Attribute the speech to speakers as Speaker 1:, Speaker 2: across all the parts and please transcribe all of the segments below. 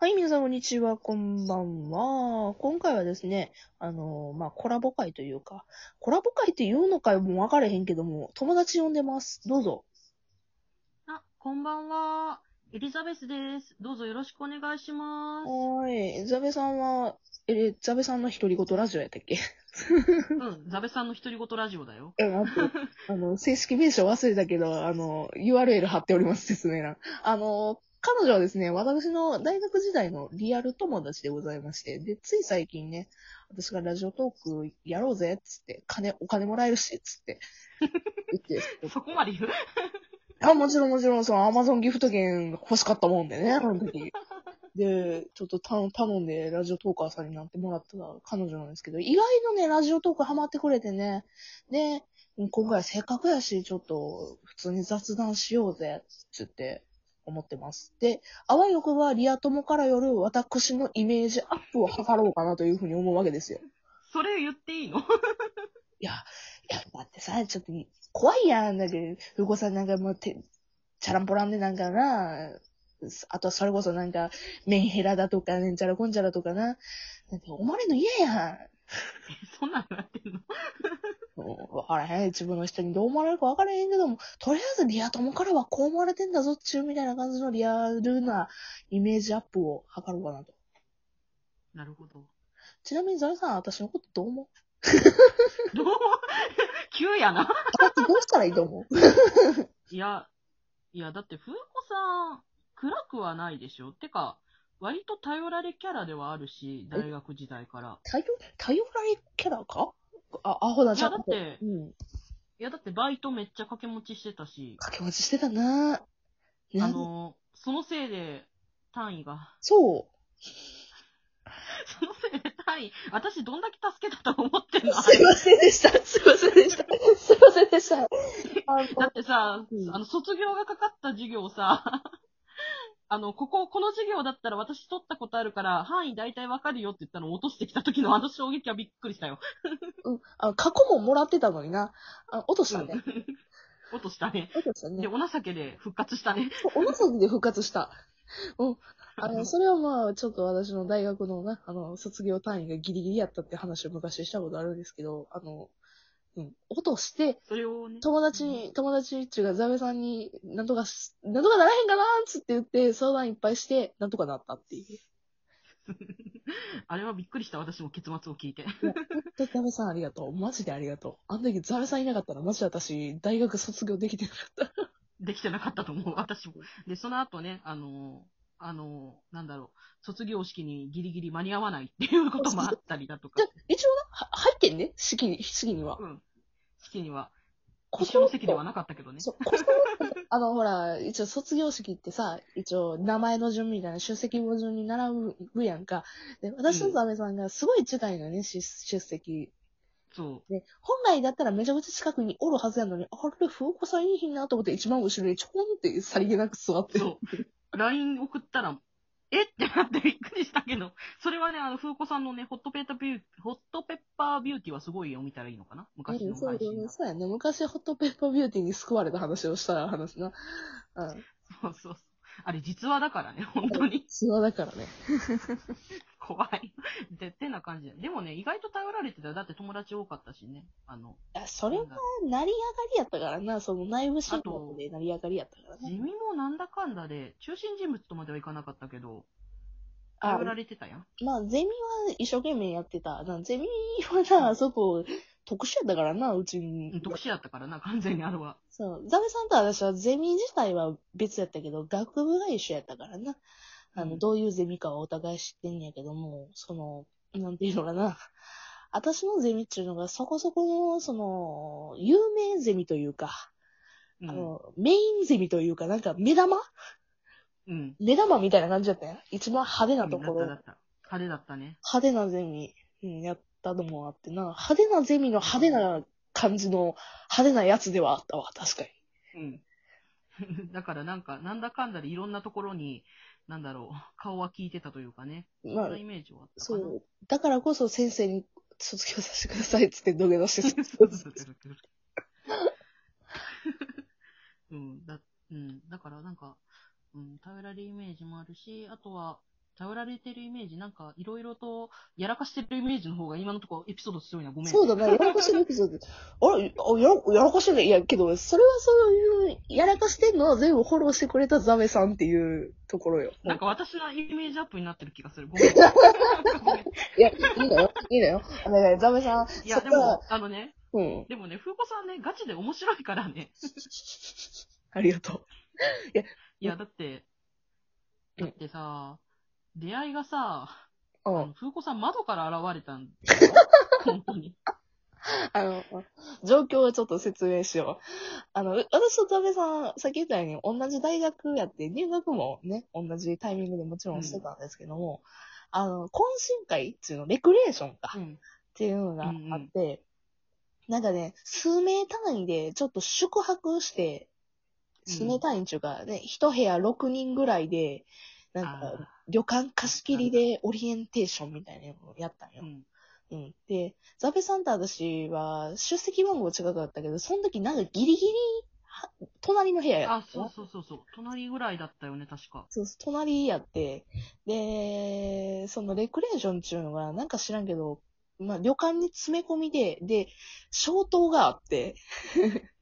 Speaker 1: はい、皆さん、こんにちは、こんばんは。今回はですね、あのーまあ、コラボ会というか、コラボ会って言うのかもわかれへんけども、友達呼んでます。どうぞ。
Speaker 2: あ、こんばんは。エリザベスです。どうぞよろしくお願いします。
Speaker 1: はーい。ザベさんは、え、ザベさんの独り言ラジオやったっけ
Speaker 2: うん、ザベさんの独り言ラジオだよ。
Speaker 1: え、待って。あの、正式名称忘れたけど、あの、URL 貼っております、説明欄。あの、彼女はですね、私の大学時代のリアル友達でございまして、で、つい最近ね、私がラジオトークやろうぜ、っつって、金、お金もらえるし、つって、言って、
Speaker 2: そこまで言う
Speaker 1: あ、もちろんもちろん、そのアマゾンギフト券が欲しかったもんでね、あの時。で、ちょっと頼頼んで、ラジオトーカーさんになってもらった彼女なんですけど、意外とね、ラジオトークハマってくれてね、で、今回せっかくやし、ちょっと、普通に雑談しようぜ、つって思ってます。で、あわよくばリア友からよる私のイメージアップを図ろうかなというふうに思うわけですよ。
Speaker 2: それ言っていいの
Speaker 1: いや、だってさ、ちょっと怖いやん。だけど、ふうこさんなんかもうて、チャランポランでなんかな、あとはそれこそなんか、メンヘラだとか、ねんちゃらこんちゃらとかな。なんて、お前の嫌やん。
Speaker 2: そんなのやってんの
Speaker 1: もうわからへん。自分の人にどう思われるかわからへんけども、とりあえずリア友からはこう思われてんだぞっちゅうみたいな感じのリアルなイメージアップを図ろうかなと。
Speaker 2: なるほど。
Speaker 1: ちなみにザルさん、私のことどう思う
Speaker 2: どうも急やな。
Speaker 1: 私どうしたらいいと思う
Speaker 2: いや、いや、だって、ふうこさん、暗くはないでしょてか、割と頼られキャラではあるし、大学時代から。
Speaker 1: 頼、頼られキャラかあ、アホだ、
Speaker 2: い
Speaker 1: じゃ
Speaker 2: や、
Speaker 1: ん
Speaker 2: だっ
Speaker 1: と
Speaker 2: て
Speaker 1: う、ん。
Speaker 2: いや、だってバイトめっちゃ掛け持ちしてたし、
Speaker 1: 掛け持ちしてたなぁ。
Speaker 2: あ
Speaker 1: あの、
Speaker 2: の、そのせいで、単位が。
Speaker 1: そう。
Speaker 2: そのせいで単位、私どんだけ助けたと思って んの
Speaker 1: すいませんでした。すいませんでした。すいませんでした。あ
Speaker 2: だ
Speaker 1: の
Speaker 2: ってさ、
Speaker 1: うん
Speaker 2: あの、卒業がかかった授業をさ、 あの、ここ、この授業だったら私取ったことあるから、範囲大体わかるよって言ったのを落としてきた時のあの衝撃はびっくりしたよ。
Speaker 1: うん、あ過去ももらってたのにな。あ落としたね。
Speaker 2: 落としたね。
Speaker 1: 落とした
Speaker 2: で、
Speaker 1: ね。
Speaker 2: お情けで復活したね。
Speaker 1: おなさで復活した。うん。あの、それはまあ、ちょっと私の大学のな、あの、卒業単位がギリギリやったって話を昔したことあるんですけど、あの、うん、落として、
Speaker 2: それをね。
Speaker 1: 友達に、友達っていうか、ザベさんに、なんとかし、なんとかならへんかなーっつって言って、相談いっぱいして、なんとかなったっていう。
Speaker 2: あれはびっくりした、私も結末を聞いて。
Speaker 1: 本当ザベさんありがとう。マジでありがとう。あの時ザベさんいなかったら、マジで私、大学卒業できてなかった。
Speaker 2: できてなかったと思う、私も。で、その後ね、あのあのなんだろう、卒業式にギリギリ間に合わないっていうこともあったりだとか
Speaker 1: じゃ。、 一応な、は入ってんね式に、式には
Speaker 2: う。ん。式には、
Speaker 1: 故
Speaker 2: 一緒の席では
Speaker 1: と
Speaker 2: なかったけどね。
Speaker 1: そう、故障あの、ほら、一応卒業式ってさ、一応名前の順みたいな、出席簿順に並ぶやんか。で、私とザベさんがすごい近いのね、し出席
Speaker 2: そう。
Speaker 1: で、本来だったらめちゃくちゃ近くにおるはずやのに、あれ、風子さんいいひんなと思って一番後ろにちょこんってさりげなく座ってる。
Speaker 2: そう LINE 送ったら、えってなってびっくりしたけど、それはね、あの、風子さんのね、ホットペッパービュー、ホットペッパービューティーはすごいよ、見たらいいのかな昔
Speaker 1: う
Speaker 2: の
Speaker 1: んそう
Speaker 2: 配信
Speaker 1: ね
Speaker 2: が。
Speaker 1: そうやね。昔ホットペッパービューティーに救われた話をした話な。うん。
Speaker 2: そうそうそう。あれ、実話だからね、本当に。
Speaker 1: 通話だからね。
Speaker 2: 怖い。で、てな感じで。でもね、意外と頼られてたよ。だって友達多かったしね。あの、
Speaker 1: あそれ
Speaker 2: な
Speaker 1: は
Speaker 2: んだ
Speaker 1: 成り上がりやったからな。その内部進学で成り上がりやったから
Speaker 2: 地
Speaker 1: ね。
Speaker 2: 味もなんだかんだで、中心人物とまではいかなかったけど、
Speaker 1: あ
Speaker 2: 頼、られてたやん。
Speaker 1: まあ、ゼミは一生懸命やってた。なゼミはな、あそこ、特殊やったからな、うちに。
Speaker 2: うん特殊やったからな、完全にあれは。
Speaker 1: そう。ザベさんと私はゼミ自体は別やったけど、学部が一緒やったからな。あの、
Speaker 2: うん
Speaker 1: どういうゼミかはお互い知ってんやけども、その、なんていうのかな。 私のゼミっていうのがそこそこの、その、有名ゼミというか、
Speaker 2: うん
Speaker 1: あの、メインゼミというか、なんか目玉
Speaker 2: うん。
Speaker 1: 目玉みたいな感じだったやん。一番派手
Speaker 2: だ
Speaker 1: な
Speaker 2: っ
Speaker 1: と
Speaker 2: た
Speaker 1: ころ。
Speaker 2: だった。派手だったね。
Speaker 1: 派手なゼミ、うん、やったのもあってな。派手なゼミの派手な感じの派手なやつではあったわ、確かに。
Speaker 2: うん。 だからなんか、なんだかんだでいろんなところに、なんだろう、顔は聞いてたというかね。
Speaker 1: ま
Speaker 2: そ
Speaker 1: あ
Speaker 2: んなイメージはあったか
Speaker 1: そ
Speaker 2: な。
Speaker 1: う。だからこそ先生に卒業させてくださいっつって土下座して
Speaker 2: そうそうそうそううん、だ、うん。だからなんか、うん、頼られるイメージもあるし、あとは、頼られてるイメージ、なんか、いろいろと、やらかしてるイメージの方が今のところエピソード強いな、ごめん。
Speaker 1: そうだな、やらかしてるエピソード。あれ、あやらやらかしてるいや、けど、それはそういう、やらかしてんのは全部フォローしてくれたザメさんっていうところよ。
Speaker 2: なんか私のイメージアップになってる気がする。ごめん。ごめ
Speaker 1: い
Speaker 2: ん
Speaker 1: や、いいのよ、いいのよ。あのね、ザメさん、
Speaker 2: い
Speaker 1: そ
Speaker 2: や、
Speaker 1: っ
Speaker 2: で
Speaker 1: から
Speaker 2: も、、あのね、
Speaker 1: うん、
Speaker 2: でもね、風子さんね、ガチで面白いからね。
Speaker 1: ありがと
Speaker 2: いや、だって、だってさ、出会いがさ、
Speaker 1: う。うん。
Speaker 2: 風子さん窓から現れたん 本当に。
Speaker 1: あの、状況をちょっと説明しよう。あの、う私と田部さん、さっき言ったように同じ大学やって、入学もね、同じタイミングでもちろんしてたんですけども、あの、懇親会っていうの、レクリエーションか、
Speaker 2: う
Speaker 1: っ
Speaker 2: ん。
Speaker 1: ていうのがあって、なんかね、数名単位でちょっと宿泊して、
Speaker 2: うん
Speaker 1: 数名単位っていうかね、一部屋6人ぐらいで、なんか、
Speaker 2: あ
Speaker 1: 旅館貸し切りでオリエンテーションみたいなのをやったんよ。
Speaker 2: ーうん。
Speaker 1: うん。で、ザペさんと私は出席番号近かったけど、その時なんかギリギリ、は隣の部屋やったの
Speaker 2: あ、そうそうそうそう。隣ぐらいだったよね、確か。
Speaker 1: そうそう隣やって、で、そのレクレーションっていうのが、なんか知らんけど、まあ、旅館に詰め込みで、で、消灯があって、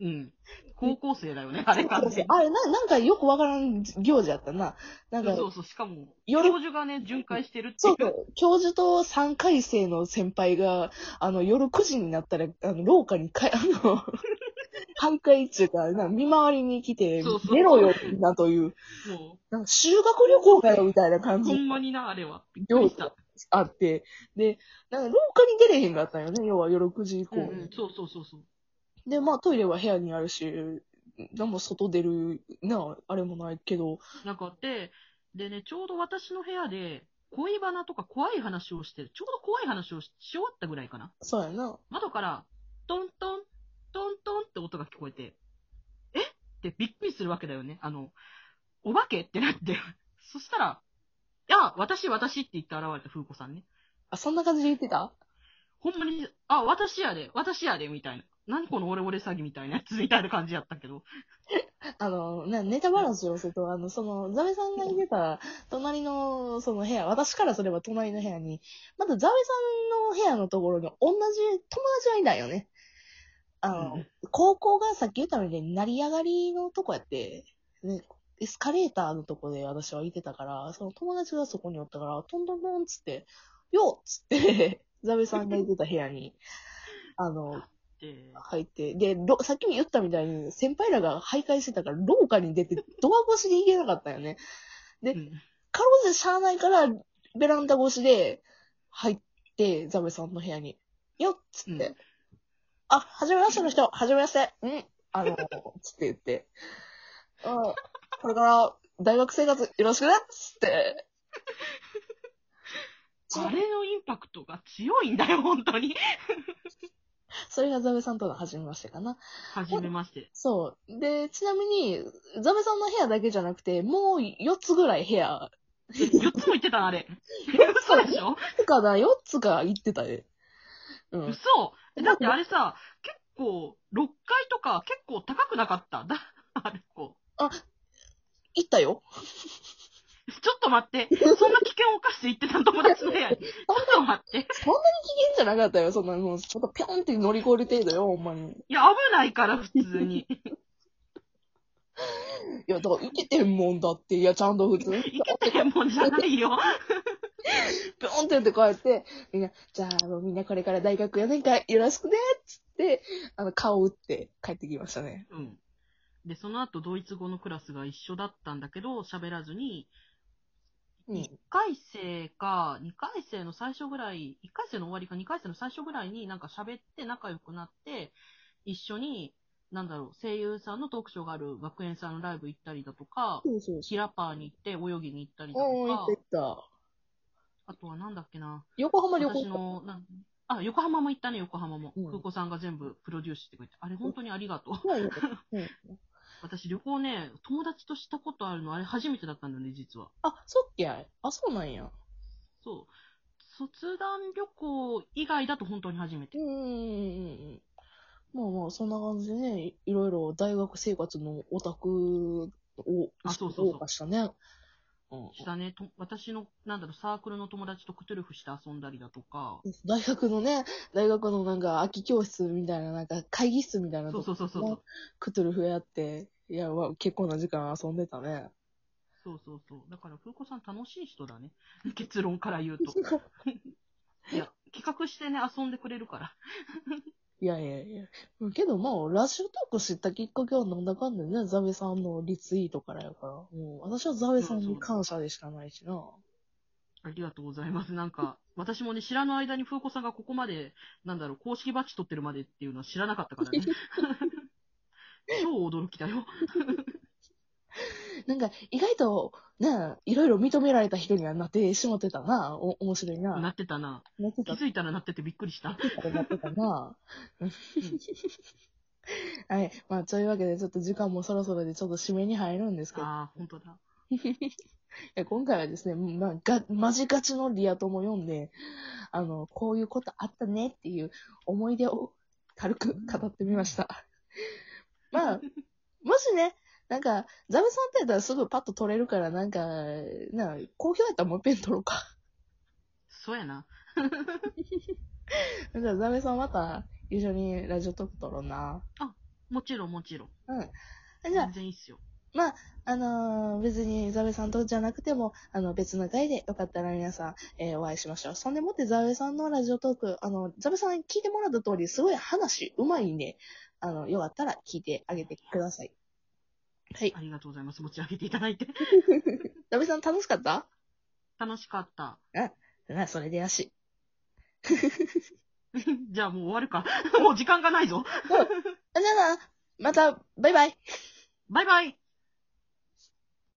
Speaker 2: うん。高校生だよね、あれ完全に。
Speaker 1: あれな、なんかよくわからん行事やったな。なんか、
Speaker 2: そうそう、しかも、教
Speaker 1: 夜
Speaker 2: 授がね、巡回してるってい
Speaker 1: そう
Speaker 2: う。
Speaker 1: そう、教授と3回生の先輩が、あの、夜9時になったら、あの、廊下にか、あ の、徘徊っていうか、なんか見回りに来て
Speaker 2: そう、そう
Speaker 1: 寝ろよ、なという、
Speaker 2: も
Speaker 1: なんか修学旅行かよ、みたいな感
Speaker 2: う、
Speaker 1: じ
Speaker 2: ほんまにな、あれは。びっく
Speaker 1: 行
Speaker 2: り
Speaker 1: 事
Speaker 2: した
Speaker 1: が。あって、で、なんか廊下に出れへんかったんよね、要は夜9時以降
Speaker 2: うん
Speaker 1: に。
Speaker 2: うん、そうそうそうそう。
Speaker 1: で、まあトイレは部屋にあるし、なんも外出る、なあ、あれもないけど、
Speaker 2: なんかあって、でね、ちょうど私の部屋で、恋バナとか怖い話をしてる。ちょうど怖い話をしし終わったぐらいかな。
Speaker 1: そうやな。
Speaker 2: 窓から、トントン、トントンって音が聞こえて、えってびっくりするわけだよね。あの、お化けってなって。 そしたら、いや、私、私って言って現れた風子さんね。
Speaker 1: あ、そんな感じで言ってた
Speaker 2: ほんまに、あ、私やで、私やで、みたいな。何このオレオレ詐欺みたいなやつ みたいな感じやったけど。
Speaker 1: あの、なネタバラシをすると、あの、その、ザメさんがいてた、隣の、その部屋、私からすれば隣の部屋に、まだザメさんの部屋のところに同じ友達がいないよね。あの、
Speaker 2: うん
Speaker 1: 高校がさっき言ったみたいに成り上がりのとこやって、ね、エスカレーターのとこで私はいてたから、その友達がそこにおったから、トントントンっつって、よっつって、ザメさんがいてた部屋に、あの、
Speaker 2: で、
Speaker 1: 入って、で、ろさっきも言ったみたいに、先輩らが徘徊してたから、廊下に出て、ドア越しで行けなかったよね。で
Speaker 2: うん
Speaker 1: かろうじてしゃあないから、ベランダ越しで入って、ザベさんの部屋に、よっつって、
Speaker 2: う
Speaker 1: あ、はじめましての人、はじめまして、うん、あの、つって言って、うん、これから大学生活よろしくねっつって、
Speaker 2: あれのインパクトが強いんだよ、本当に。
Speaker 1: それがザベさんとの初めましてかな。
Speaker 2: はじめまして。
Speaker 1: そう。で、ちなみに、ザメさんの部屋だけじゃなくて、もう4つぐらい部屋、
Speaker 2: 4つも言ってた、あれ。嘘でしょ
Speaker 1: 4つかな、4つか行ってたで。うん。
Speaker 2: 嘘だってあれさ、結構、6階とか結構高くなかった。だ、あれこう。
Speaker 1: 行ったよ。
Speaker 2: ちょっと待って。そんな危険を冒して行ってた友達の部屋に。ちょっと待って。
Speaker 1: 危険じゃなかったよ、そんな、もう、ちょっとぴょんって乗り越える程度よ、ほんまに。
Speaker 2: いや、危ないから、普通に。
Speaker 1: いや、だから行けてんもんだって、いや、ちゃんと普通に。
Speaker 2: 行けてへんもんじゃないよ。
Speaker 1: ぴょんってやってこうやって、みんな、じゃあ、あの、みんなこれから大学4年間よろしくねっつって、あの、顔打って帰ってきましたね。
Speaker 2: うん。で、その後、ドイツ語のクラスが一緒だったんだけど、喋らずに、
Speaker 1: うん。
Speaker 2: 1回生か、2回生の最初ぐらい、1回生の終わりか2回生の最初ぐらいになんか喋って仲良くなって、一緒に、なんだろう、声優さんのトークショーがある学園さんのライブ行ったりだとか、
Speaker 1: そうそうそ
Speaker 2: キラパーに行って泳ぎに行ったりだ
Speaker 1: う。うん、行
Speaker 2: と
Speaker 1: っ
Speaker 2: か
Speaker 1: て、った。
Speaker 2: あとはなんだっけな、
Speaker 1: 横浜旅行
Speaker 2: 私の、なんあ、横浜も行ったね、横浜も。
Speaker 1: うん
Speaker 2: 空港さんが全部プロデュースしてくれて、あれ本当にありがとう。
Speaker 1: そうようん
Speaker 2: 私旅行ね、友達としたことあるの、あれ初めてだったんだよね、実は。
Speaker 1: あ、そっけあそうなんや。
Speaker 2: そう。卒団旅行以外だと本当に初めて
Speaker 1: う。んうんうんうん。まあまあ、そんな感じでね、いいろいろ大学生活のオタクを
Speaker 2: あそうそうそう
Speaker 1: 謳歌したね。うん
Speaker 2: したね。と私の、なんだろう、サークルの友達とクトゥルフして遊んだりだとか、
Speaker 1: 大学のね、大学のなんか空き教室みたいな、なんか会議室みたいな
Speaker 2: そう
Speaker 1: とこ
Speaker 2: そうそうそう。
Speaker 1: クトゥルフやって、いや、わ結構な時間遊んでたね。
Speaker 2: そうそうそう。だから、風子さん楽しい人だね。結論から言 うと。いや、企画してね、遊んでくれるから。
Speaker 1: いやいやいや。けどまあ、ラジオトーク知ったきっかけはなんだかんだね、ザベさんのリツイートからやから。もう、私はザベさんに感謝でしかないしな。
Speaker 2: ありがとうございます。なんか、私もね、知らぬ間に風子さんがここまで、なんだろう、公式バッジ取ってるまでっていうのは知らなかっ たからね。超驚きだよ。
Speaker 1: なんか、意外と、ね、いろいろ認められた人にはなってしまってたな。お、面白いな。
Speaker 2: なってたな。
Speaker 1: なって
Speaker 2: 気
Speaker 1: た、な
Speaker 2: づいたらなっててびっくりした。
Speaker 1: ってたな。 はい。まあ、というわけで、ちょっと時間もそろそろで、ちょっと締めに入るんですけど、
Speaker 2: ああ、本当だ。
Speaker 1: え今回はですね、まあ、が、まじがちのリア友読んで、あの、こういうことあったねっていう思い出を軽く語ってみました。まあ、もしね、なんか、ザブさんってやったらすぐパッと取れるから、なんか、な、好評やったらもう一遍取ろうか。
Speaker 2: そうやな。
Speaker 1: じゃあ、ザベさんまた一緒にラジオトーク撮ろうな。
Speaker 2: もちろん、もちろん。
Speaker 1: うん。じゃあ
Speaker 2: 全、然いいっすよ。
Speaker 1: あのー別にザベさんとじゃなくても、あの、別の回でよかったら皆さん、えーお会いしましょう。そんでもってザベさんのラジオトーク、あの、ザベさん聞いてもらった通り、すごい話うまいんで、あの、よかったら聞いてあげてください。はい。
Speaker 2: ありがとうございます。持ち上げていただいて。
Speaker 1: ザベさん楽しか った
Speaker 2: 楽しかった。
Speaker 1: な、それでよし。
Speaker 2: じゃあもう終わるか。もう時間がないぞ。
Speaker 1: あじゃあな、また、バイバイ。
Speaker 2: バイバイ